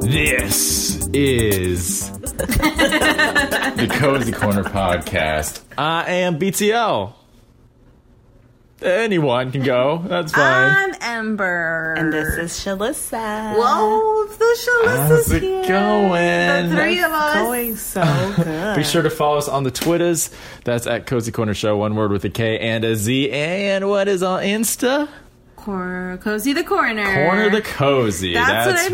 This is the Cozy Corner podcast. I am BTL. Anyone can go. That's fine. I'm Ember. And this is Shalissa. Whoa, the How's Shalissa's it here. The going? three of us. Going so Be good. sure to follow us on the Twitters. That's at Cozy Corner Show, one word with a K and a Z. And what is on Insta? Cor- cozy the corner. Corner the Cozy. That's what I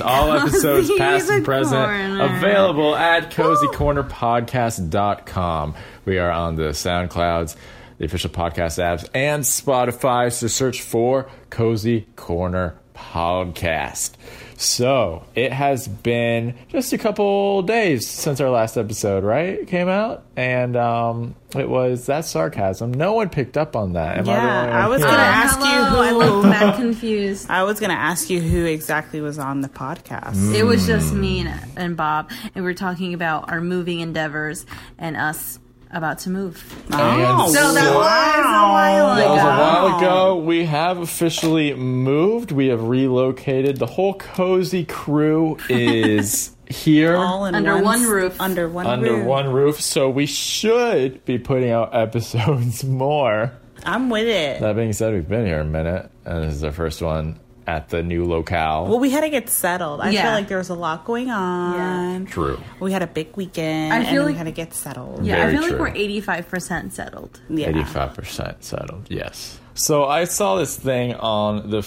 right. All episodes, Cozy past and the present, Corner. available at cozycornerpodcast.com. We are on the SoundClouds, the official podcast apps, and Spotify. So search for Cozy Corner Podcast. So it has been just a couple days since our last episode, right? It came out, and um, it was that sarcasm. No one picked up on that. Am I the only one Yeah, I was here? gonna Um, ask you hello, who- I'm a little bit confused. I was gonna ask you who exactly was on the Mm, podcast. It was Hmm. just me and, and Bob, and we are talking about our moving endeavors and us about to move. And Oh, So that was a That while was a ago. while ago. We have officially moved. We have relocated. The whole cozy crew is here all in Under one s- roof. Under one under roof. one roof. So we should be putting out episodes more. I'm with it. That being said, we've been here a minute, and this is our first one at the new locale. Well, we had to get settled. I Yeah. feel like there was a lot going on. True. We had a big weekend, I feel and we like- had to get settled. Yeah, Very I feel true. like we're 85% settled. Yeah. 85% settled, yes. So I saw this thing on the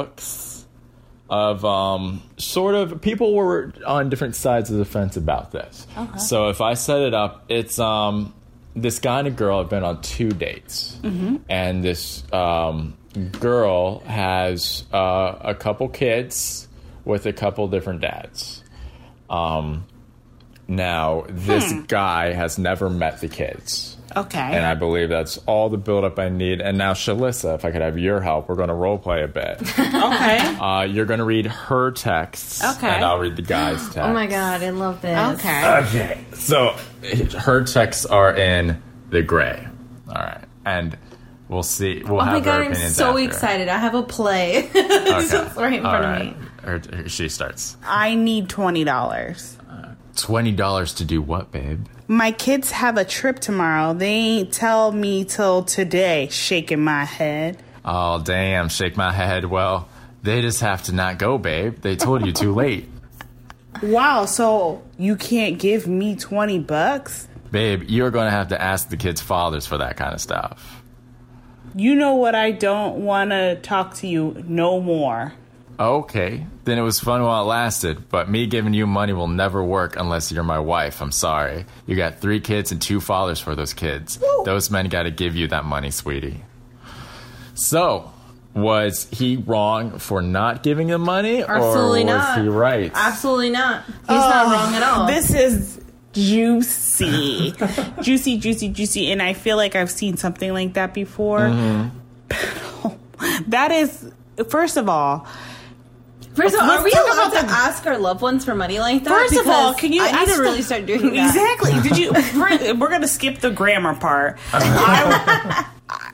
Facebooks of um, sort of people were on different sides of the fence about this. So if I set it up, it's um, this guy and a girl have been on two dates, and this um, girl has uh, a couple kids with a couple different dads. Um, now, this guy has never met the kids. Okay. And I believe that's all the buildup I need. And now, Shalissa, if I could have your help, we're going to role play a bit. okay. Uh, you're going to read her texts, Okay. and I'll read the guy's text. Oh my god, I love this. Okay. Okay. So her texts are in the gray. All right, and we'll see. We'll Oh have my god, her I'm opinions so after. excited. I have a play. Okay. right in All front of right. me. Her- her- she starts. I need twenty dollars. Twenty dollars to do what, babe? My kids have a trip tomorrow. They ain't tell me till today. Shaking my head. Oh damn! Shake my head. Well, they just have to not go, babe. They told you too late. Wow, so you can't give me 20 bucks? Babe, you're going to have to ask the kids' fathers for that kind of stuff. You know what? I don't want to talk to you no more. Okay, then it was fun while it lasted, but me giving you money will never work unless you're my wife. I'm sorry. You got three kids and two fathers for those kids. Those men got to give you that money, sweetie. So, was he wrong for not giving the money, Absolutely or was not. he right? Absolutely not. He's Oh, not wrong at all. This is juicy. juicy, juicy, juicy. And I feel like I've seen something like that before. that is, first of all, First of all, Let's are we talk allowed about to ask our loved ones for money like that? First of all, Because can you? I need ask to really the- start doing that. Exactly. Did you? fir- we're gonna skip the grammar part. I,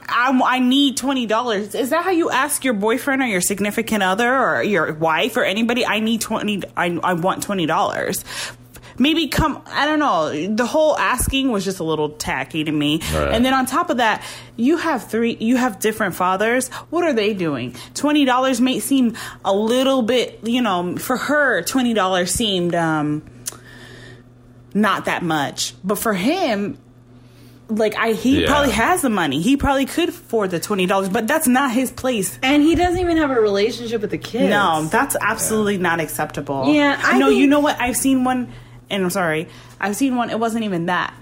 I, I need twenty dollars. Is that how you ask your boyfriend or your significant other or your wife or anybody? I need twenty. I I want twenty dollars. Maybe come. I don't know. The whole asking was just a little tacky to me. Right. And then on top of that, you have three. You have different fathers. What are they doing? Twenty dollars may seem a little bit. You know, for her, twenty dollars seemed. um not that much. But for him, like I he Yeah. probably has the money. He probably could afford the twenty dollars, but that's not his place. And he doesn't even have a relationship with the kids. No, that's absolutely not acceptable. Yeah, I I know. You think- know what? I've seen one, and I'm sorry, I've seen one. It wasn't even that.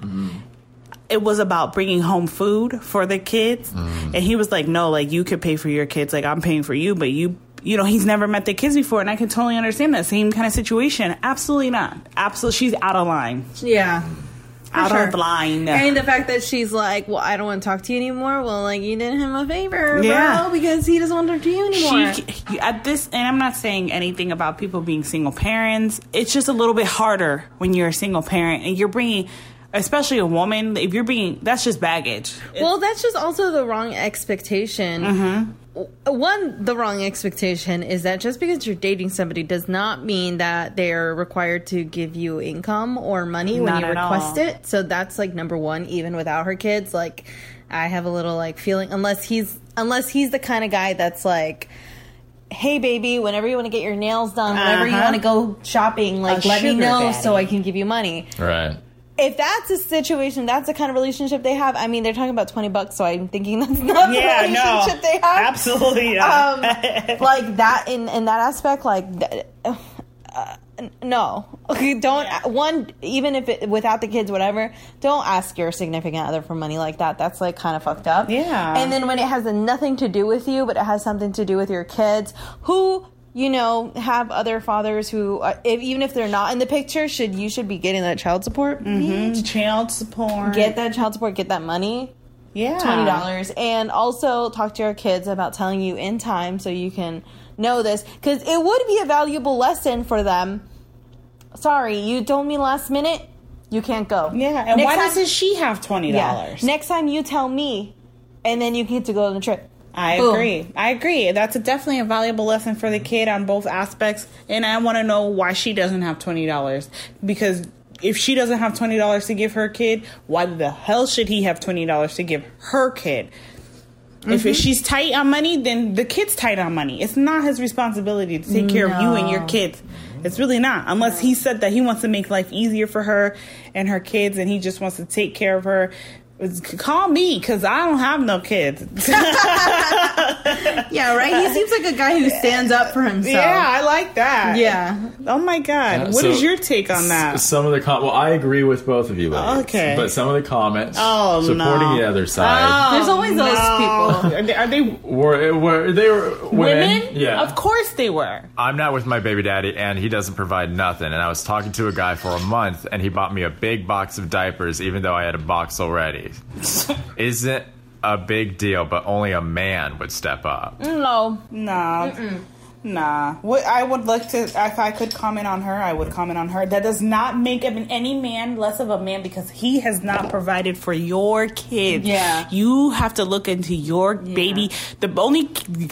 It was about bringing home food for the kids, and he was like, "No, like you could pay for your kids. Like I'm paying for you, but you." You know, he's never met the kids before, and I can totally understand that same kind of situation. Absolutely not. Absolutely, she's out of line. Yeah. out sure. of line. And the fact that she's like, well, I don't want to talk to you anymore. Well, like, you did him a favor, Yeah. bro, because he doesn't want to talk to you anymore. She at this, and I'm not saying anything about people being single parents. It's just a little bit harder when you're a single parent and you're bringing especially a woman, if you're being, that's just baggage. Well, that's just also the wrong expectation. Uh-huh. W- One, the wrong expectation is that just because you're dating somebody does not mean that they're required to give you income or money when Not you at all. request it. So that's like number one, even without her kids. Like, I have a little like feeling unless he's unless he's the kind of guy that's like. Hey baby, whenever you want to get your nails done, whenever you Uh-huh. want to go shopping, like let me sugar know so I daddy. can give you money Right. if that's a situation, that's the kind of relationship they have. I mean, they're talking about twenty bucks, so I'm thinking that's not the relationship they have. Absolutely. yeah. Um, like that in in that aspect, like. th- uh, n- no, okay, don't. One, even if it, without the kids, whatever, don't ask your significant other for money like that. That's like kind of fucked up. Yeah. And then when it has nothing to do with you, but it has something to do with your kids, who you know have other fathers who, uh, if, even if they're not in the picture, should you should be getting that child support? Mm-hmm. child support. Um, get that child support, get that money, yeah. twenty dollars, and also talk to your kids about telling you in time so you can know this because it would be a valuable lesson for them. Sorry, you told me last minute, you can't go. Yeah. And why time, doesn't she have twenty yeah, dollars? next time you tell me, and then you get to go on the trip. I Boom. agree. I agree. That's a, definitely a valuable lesson for the kid on both aspects. And I want to know why she doesn't have twenty dollars because if she doesn't have twenty dollars to give her kid, why the hell should he have twenty dollars to give her kid? If she's tight on money, then the kid's tight on money. It's not his responsibility to take care of you and your kids. It's really not, unless he said that he wants to make life easier for her and her kids, and he just wants to take care of her. It's- Call me, cause I don't have no kids. Yeah, right? He seems like a guy who stands up for himself. Yeah, I like that. Yeah. Oh my god. Uh, What is so- your take on that? S- Some of the com- well, I agree with both of you. Ladies, Okay. but some of the comments Oh, supporting no. Oh, the other side There's always those people. Are they, are they women? were were they were women. Yeah, Of course they were. I'm not with my baby daddy, and he doesn't provide nothing. And I was talking to a guy for a month, and he bought me a big box of diapers, even though I had a box already. Isn't a big deal, but only a man would step up. Mm. No, Nah. Nah. What I would like to, if I could comment on her, I would comment on her. That does not make an- any man less of a man because he has not provided for your kids. Yeah. You have to look into your baby. The only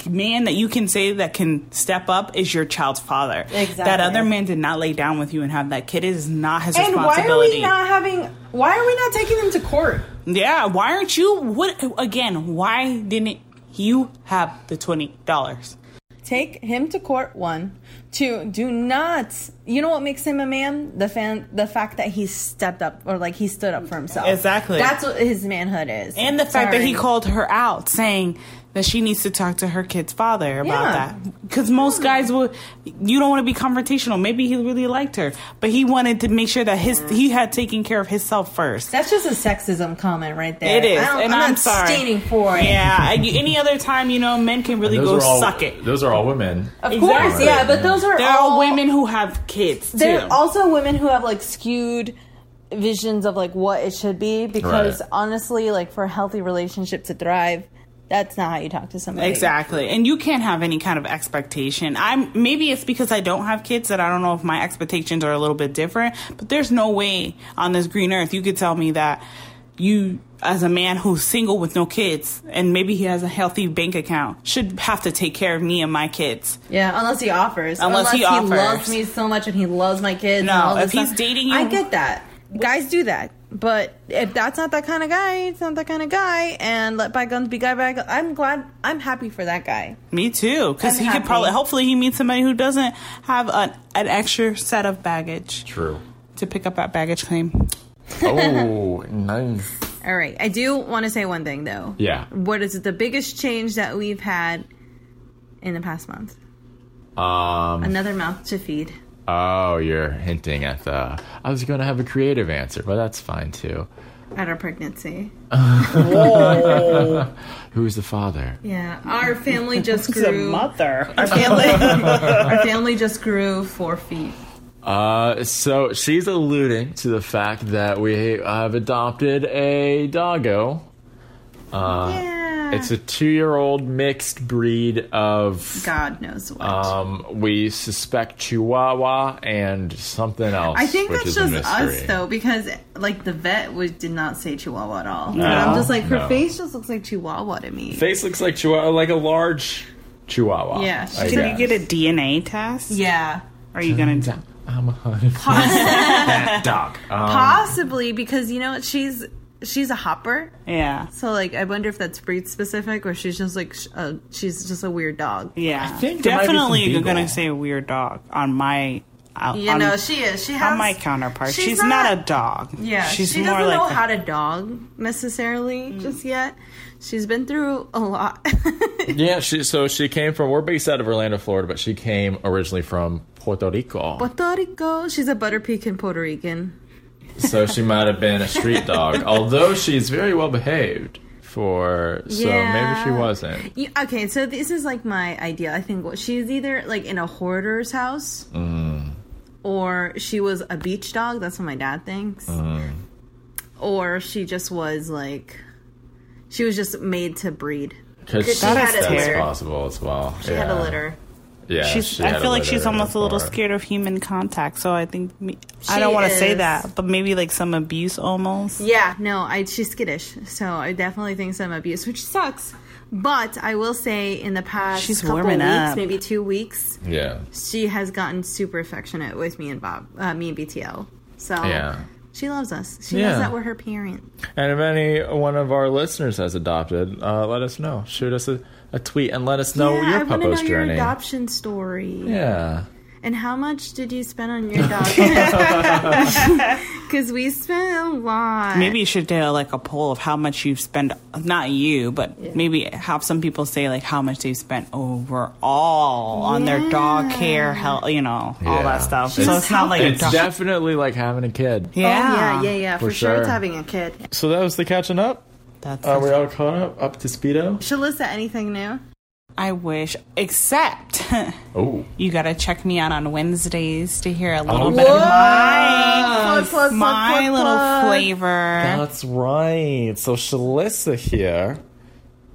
man that you can say that can step up is your child's father. Exactly. That other man did not lay down with you and have that kid. It is not his And why are responsibility. we not having. Why are we not taking them to court? Yeah, why aren't you? What again? Why didn't you have the twenty dollars? take him to court. One, two. Do not. You know what makes him a man? The fan, the fact that he stepped up or like he stood up for himself. Exactly. That's what his manhood is. And the fact that he Sorry. called her out, saying that she needs to talk to her kid's father about Yeah. Hmm. that. Because most guys would, you don't want to be confrontational. Maybe he really liked her, but he wanted to make sure that his he had taken care of himself first. That's just a sexism comment right there. it is, I don't- and I'm, I'm, not sorry. standing for it. Yeah, and you- any other time, you know, men can really go suck it. Those are all women. Of course, Exactly. yeah, but those are There are women who have kids too. There are also women who have like skewed visions of like what it should be because Right. honestly, like for a healthy relationship to thrive, that's not how you talk to somebody. Exactly. And you can't have any kind of expectation. I'm maybe it's because I don't have kids that I don't know if my expectations are a little bit different, but there's no way on this green earth you could tell me that you as a man who's single with no kids and maybe he has a healthy bank account should have to take care of me and my kids. Yeah, unless he offers. Unless he offers. loves me so much and he loves my kids. No, and all if this he's stuff. dating you- I get that. Guys do that. But if that's not that kind of guy, it's not that kind of guy. And let bygones be guy bygones. I'm glad. I'm happy for that guy. Me too, cuz I'm he could happy. probably hopefully he meets somebody who doesn't have an, an extra set of baggage True. to pick up that baggage claim. Oh, nice. All right. I do want to say one thing though. Yeah. What is the biggest change that we've had in the past month? Um. Another mouth to feed. Oh, you're hinting at the. I was going to have a creative answer, but that's fine too. At our pregnancy. Who's the father? Yeah. Our family just The grew. Our mother. family, our family just grew four feet. Uh, so she's alluding to the fact that we have adopted a doggo. yeah. It's a two year old mixed breed of. God knows what. Um, we suspect Chihuahua and something else. I think which that's is a just mystery. us though, because like the vet was, did not say Chihuahua at all. and I'm just like her No. face just looks like Chihuahua to me. Face looks like Chihuahua, like a large Chihuahua. Yeah. I Did Did you guess. get a DNA test? yeah. Are you gonna? do I'm a hundred percent that dog. Um, Possibly because you know she's she's a hopper. Yeah. So like I wonder if that's breed specific or she's just like sh- uh, she's just a weird dog. Yeah. I think there might be some definitely you're beagle. gonna say weird dog on my. out- You on, know she is. She has Um, on my counterpart. She's, not, a dog. Yeah, She's she more doesn't like know a- Mm. how to dog necessarily just yet. She's been through a lot. yeah, she, so she came from. We're based out of Orlando, Florida, but she came originally from Puerto Rico. Puerto Rico. She's a butter pecan Puerto Rican. So she might have been a street dog, although she's very well behaved. For so maybe she Yeah. wasn't. You, okay, so this is like my idea. I think what she's either like in a hoarder's house, or she was a beach dog. That's what my dad thinks. Or she just was like, she was just made to breed. Because She that's had a litter. possible as well. She had a litter. Yeah, She's, she had I a feel like litter she's almost a little before. scared of human contact. So I think me, I She don't want to say is. that, but maybe like some abuse almost. Yeah, no, I she's skittish, so I definitely think some abuse, which sucks. But I will say, in the past She's couple warming weeks, up. maybe two weeks, Yeah, she has gotten super affectionate with me and Bob, uh, me and BTL. So Yeah. she loves us. She Yeah. knows that we're her parents. and if any one of our listeners has adopted, uh, let us know. Shoot us a, a tweet and let us know yeah, Oh, I your want to know puppo's your journey. adoption story. yeah, And how much did you spend on your dog? Because we spent a lot. Maybe you should do like a poll of how much you've spent. Not you, but maybe have some people say like how much they've spent overall on their dog care, health, you know, all Yeah. that stuff. Just so it's not like a it's dog. definitely like having a kid. Oh, yeah. yeah, yeah, yeah. For, For sure. it's sure. having a kid. So that was the catching up. That's Are we all caught up? Up to speedo? Shalissa, anything new? I wish, except Oh, you got to check me out on Wednesdays to hear a little Oh. bit of Whoa. my, Plug, plug, plug, my plug, little plug. flavor. that's right. So Shalissa here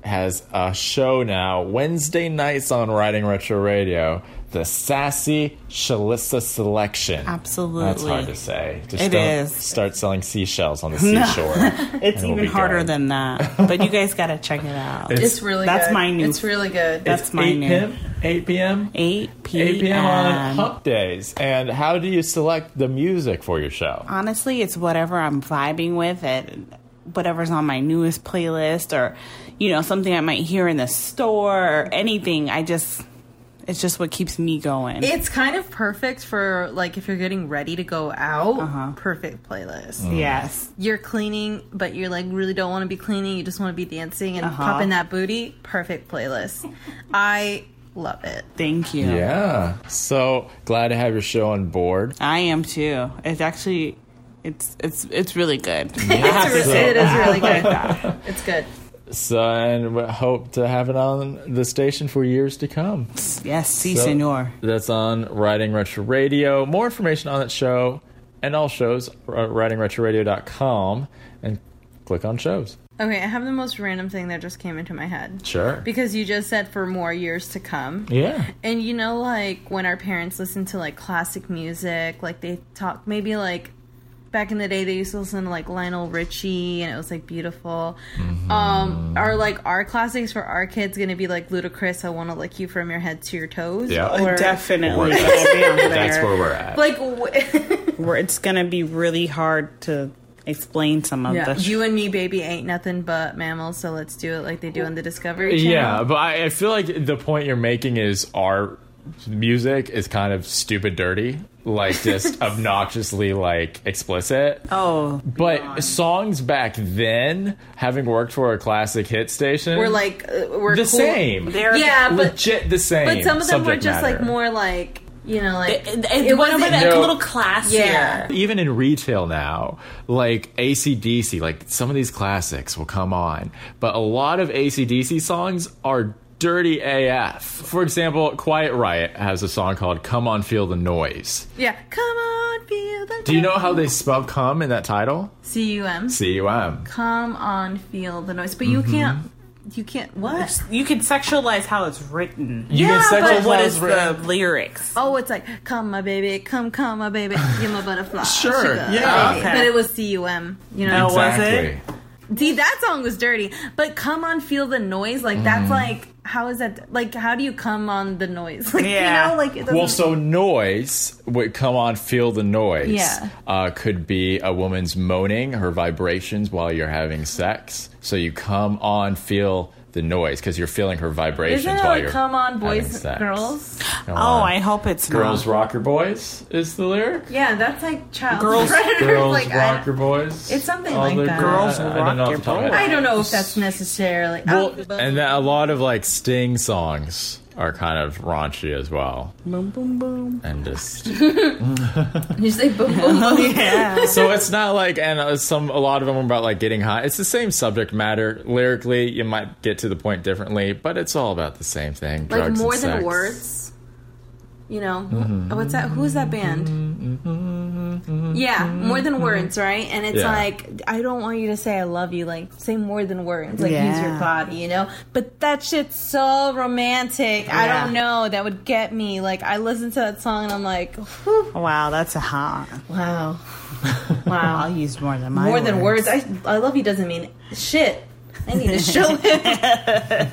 has a show now Wednesday nights on Riding Retro Radio. The sassy Shalissa selection. Absolutely. That's hard to say. Just It don't is. Start selling seashells on the seashore. It's And we'll be even harder done. than that. But you guys got to check it out. It's- It's really That's good. my new- It's really good. That's my 8 new- p.m. 8 p.m. 8 p.m. 8 p.m. on Hump Days. And how do you select the music for your show? Honestly, it's whatever I'm vibing with it whatever's on my newest playlist or you know something I might hear in the store or anything. I just it's just what keeps me going. It's kind of perfect for like if you're getting ready to go out. Perfect playlist. yes. You're cleaning, but you're like really don't want to be cleaning. You just want to be dancing and popping that booty. Perfect playlist. I love it. Thank you. Yeah. So glad to have your show on board. I am too. It's actually it's it's it's really good. Mm-hmm. It's so- re- it is really good. it's good. So, and we hope to have it on the station for years to come. yes, si So, senor. That's on Riding Retro Radio. More information on that show and all shows are at ridingretroradio.com and click on shows. Okay, I have the most random thing that just came into my head. Sure. Because you just said for more years to come. Yeah. And you know, like when our parents listen to like classic music, like they talk maybe like back in the day they used to listen to like Lionel Richie and it was like beautiful. Mm-hmm. Um, are like our classics for our kids gonna be like ludicrous? I want to lick you from your head to your toes. Oh, Yeah. Or, Definitely. Word. gonna be on That's there. where we're at. Like w- where it's gonna be really hard to explain some of yeah, the. you and me, baby, ain't nothing but mammals. So let's do it like they do on the Discovery Channel. Yeah, but I, I feel like the point you're making is our music is kind of stupid dirty, like just obnoxiously like explicit. oh, but songs back then, having worked for a classic hit station, we're like uh, we're the cool. same. They're- Yeah, but legit the same. but some of them were subject just like matter. more like you know like it, it, it went over wasn't- that No. little class Yeah. here. Even in retail now, like ACDC, like some of these classics will come on, but a lot of ACDC songs are dirty AF. For example, Quiet Riot has a song called Come On Feel the Noise. Yeah, come on, feel the. Do you know how they spell come in that title? C U M? C U M. Mm-hmm. Come on, feel the noise, but you can't you can't what? You can sexualize how it's written. You Yeah, can but sexualize What is ra- the lyrics? Oh, it's like come my baby, come come my baby, give my butterfly. Sure, sugar, yeah. baby." Okay. But it was C U M. You know, Oh, was it? Exactly. See, that song was dirty. But come on, feel the noise. Like Mm. that's like how is that? Like how do you come on the noise? Like Yeah. you know, like it doesn't. Well, so noise would come on. Feel the noise. Yeah. uh, could be a woman's moaning, her vibrations while you're having sex. So you come on, feel the noise because you're feeling her vibrations isn't it while like you're come on, having boys, sex. girls? Come Oh, on. I hope it's girls Not. rocker boys is the lyric. Yeah, that's like child Girls- predators. Girls like I- rocker boys. It's something All like the- that. Girls I, I don't know off the top of my rocker head. I don't know if that's necessarily. Well, out, but- and that a lot of like Sting songs are kind of raunchy as well, Boom, boom, boom. and just you say boom, boom, boom. Yeah. so it's not like and uh, some a lot of them are about like getting hot. It's the same subject matter lyrically. You might get to the point differently, but it's all about the same thing. like drugs more and than sex. Mm-hmm. words. You know Oh, what's that? Who's that band? Yeah, more than words, right? And Mm-hmm. it's Yeah. like I don't want you to say I love you. Like say more than words. Like use your Yeah. body, you know. But that shit's so romantic. I don't know. That would get me. Like I listen to that song and I'm like, whew, Wow, that's a hot. wow, I'll wow. use more than my More than words. I I love you doesn't mean shit. I need to show it.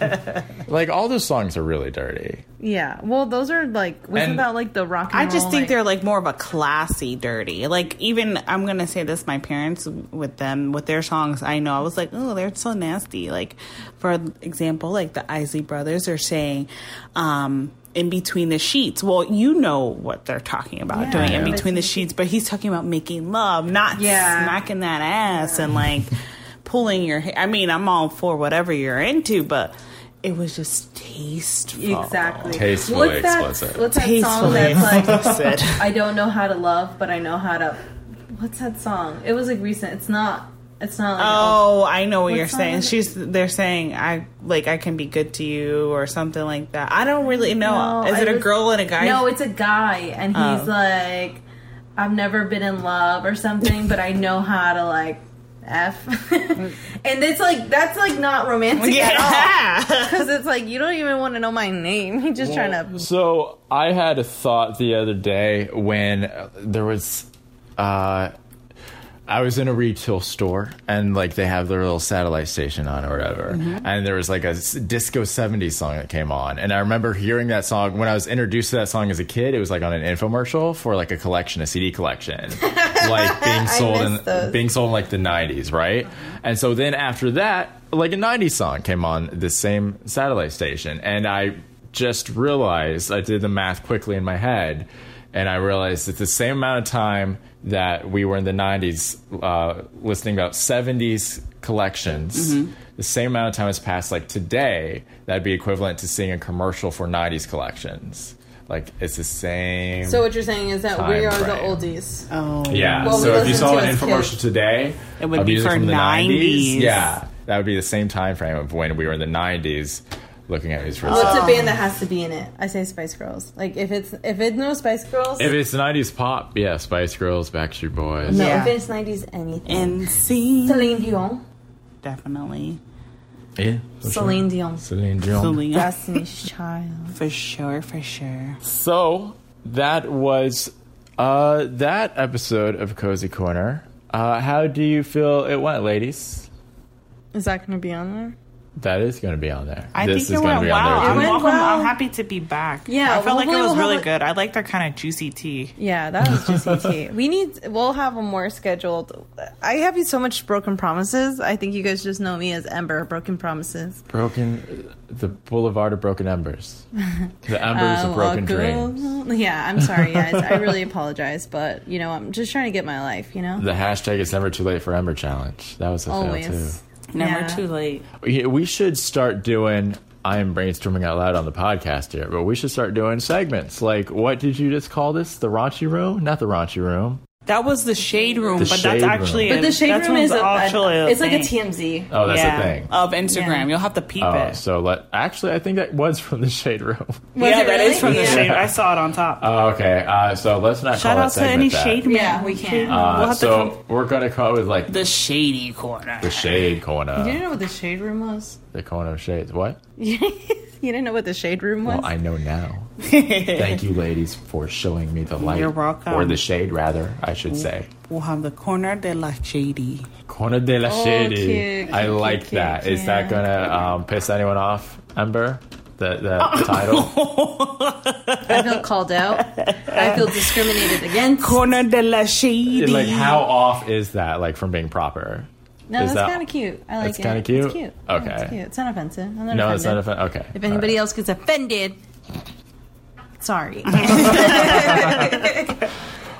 Like all those songs are really dirty. Yeah. Well, those are like wasn't And- that like the rock? And I just roll, think like- they're like more of a classy dirty. Like even I'm gonna say this, my parents with them with their songs, I know I was like, oh, they're so nasty. Like for example, like the Isley Brothers are saying, um, in between the sheets. Well, you know what they're talking about Yeah. doing in Yeah. between the sheets, but he's talking about making love, not Yeah. smacking that ass and like pulling your. ha- I mean, I'm all for whatever you're into, but it was just tasteful. Exactly. Tastefully what's that, explicit. What's that song Tastefully that's like, explicit. I don't know how to love, but I know how to. What's that song? It was like recent. It's not. It's not. Like Oh, I know what What you're song saying. is it? She's they're saying I like I can be good to you or something like that. I don't really know. No, Is I it a was- girl and a guy? No, it's a guy, and he's Oh. like, I've never been in love or something, but I know how to like. F and it's like that's like not romantic at all yeah. because it's like you don't even want to know my name. He's just trying to So I had a thought the other day when uh, there was, uh, I was in a retail store and like they have their little satellite station on or whatever, Mm-hmm. and there was like a s- disco '70s song that came on, and I remember hearing that song when I was introduced to that song as a kid. It was like on an infomercial for like a collection, a CD collection, like being sold miss in those. being sold in like the '90s, right? And so then after that, like a '90s song came on the same satellite station, and I just realized I did the math quickly in my head, and I realized that the same amount of time that we were in the '90s uh, listening about '70s collections. The same amount of time has passed, like today, that'd be equivalent to seeing a commercial for 90s collections. Like, it's the same. So what you're saying is that we Time are frame. the oldies. Oh. Yeah. What so we if you listened saw to an as infomercial kids. today, It would of be music for from the 90s. Yeah, that would be the same time frame of when we were in the '90s, looking at these results. What's a band that has to be in it? I say Spice Girls. Like if it's if it's no Spice Girls, if it's '90s pop, yeah, Spice Girls, Backstreet Boys. no. Yeah. If it's nineties, anything. And see, Celine Dion. definitely Yeah, Celine Dion. Celine Dion. Selena Destiny's Child. for sure, for sure. So that was uh, that episode of Cozy Corner. Uh, how do you feel it went, ladies? Is that gonna be on there? That is going to be on there. I this think is it going went to be on wow. I'm, there. It went welcome. well. I'm happy to be back. Yeah, I felt like hopefully it was we'll have really a- good. I like their kind of juicy tea. Yeah, that was juicy tea. We need. We'll have a more scheduled. I have so much broken promises. I think you guys just know me as Ember Broken Promises. Broken, the Boulevard of Broken Embers, the Embers of Uh, Broken welcome- Dreams. Yeah, I'm sorry, guys. I really apologize, but you know, I'm just trying to get my life. You know, The hashtag is never too late for Ember challenge. That was a always. Never Yeah. too late. fail too. We- We should start doing. I am brainstorming out loud on the podcast here, but we should start doing segments like what did you just call this? The raunchy room? Not the raunchy room. That was the shade room, The but Shade that's Room. actually But the shade that's room is a, actually a- it's like a thing. TMZ. Oh, that's yeah, a thing. of Instagram. Yeah. You'll have to peep Oh, it. so let actually, I think that was from the shade room. Was yeah, it that really? is from the Yeah. shade. I saw it on top. Oh, okay, uh, so let's not Shout call out that to any segment that. shade man. Yeah, we can. Uh, we'll have to so come. we're gonna call it like the, The shady corner. shade corner, You didn't know what the shade room was? the corner of shades. What? you didn't know what the shade room was? Well, I know now. Thank you, ladies, for showing me the light. You're welcome. Or the shade, rather, I Mm. should say. We'll have the corner de la shady. Corner de la Shade. Oh, cute, I cute, like cute, that. Is cute, that yeah. gonna um, piss anyone off, Ember? The, the title? I feel called out. I feel discriminated against. Corner de la shady. like, how off is that, like, from being proper? no, is that's that- kind of cute. I like That's it. kinda cute? It's cute. Okay. Yeah, it's cute. It's not offensive. I'm not No, offended. it's not offensive. Okay. If anybody All else gets offended, sorry.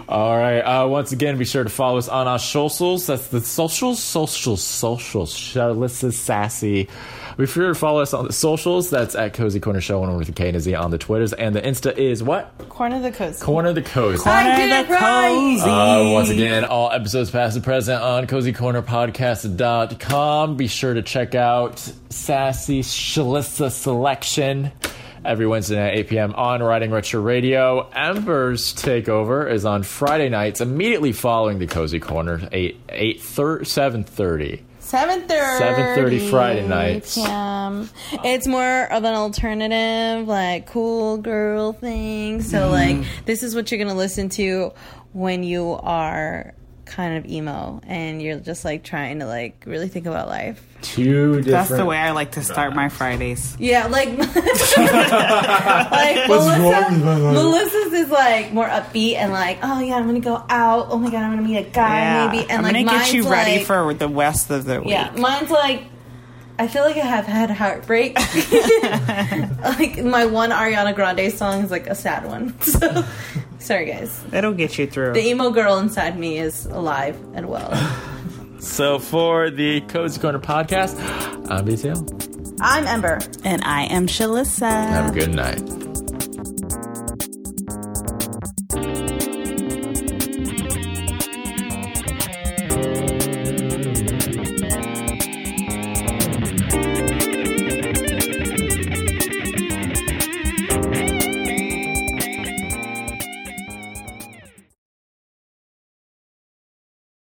All right. Uh, once again, be sure to follow us on our socials. That's the socials, socials, socials. Shalissa Sassy. Be sure to follow us on the socials. That's at Cozy Corner Show, one with the K and a Z on the Twitters. And the Insta is what? Corner of the coast. Corner of the Coast. I did it right. Uh, once again, all episodes past and present on cozycornerpodcast.com. Be sure to check out Sassy Shalissa Selection every Wednesday night at 8 p.m. on Riding Retro Radio. Ember's Takeover is on Friday nights immediately following the Cozy Corner, 8, 8 thir- 7.30. 7.30 7:30 Friday nights. PM. It's more of an alternative, like, cool girl thing. Mm-hmm. So, like, this is what you're going to listen to when you are kind of emo and you're just, like, trying to, like, really think about life. Two different... That's the way I like to start my Fridays. Yeah, like, like Melissa, Melissa's is like more upbeat and like, oh yeah, I'm gonna go out. Oh my god, I'm gonna meet a guy Yeah. maybe. And I'm like, gonna get mine's you ready like- for the rest of the week. Yeah, mine's like I feel like I have had heartbreak. like my one Ariana Grande song is like a sad one. So sorry guys. It'll get you through. The emo girl inside me is alive and well. So for the Cozy Corner Podcast, I'm BTL. I'm Ember. and I am Shalissa. Have a good night.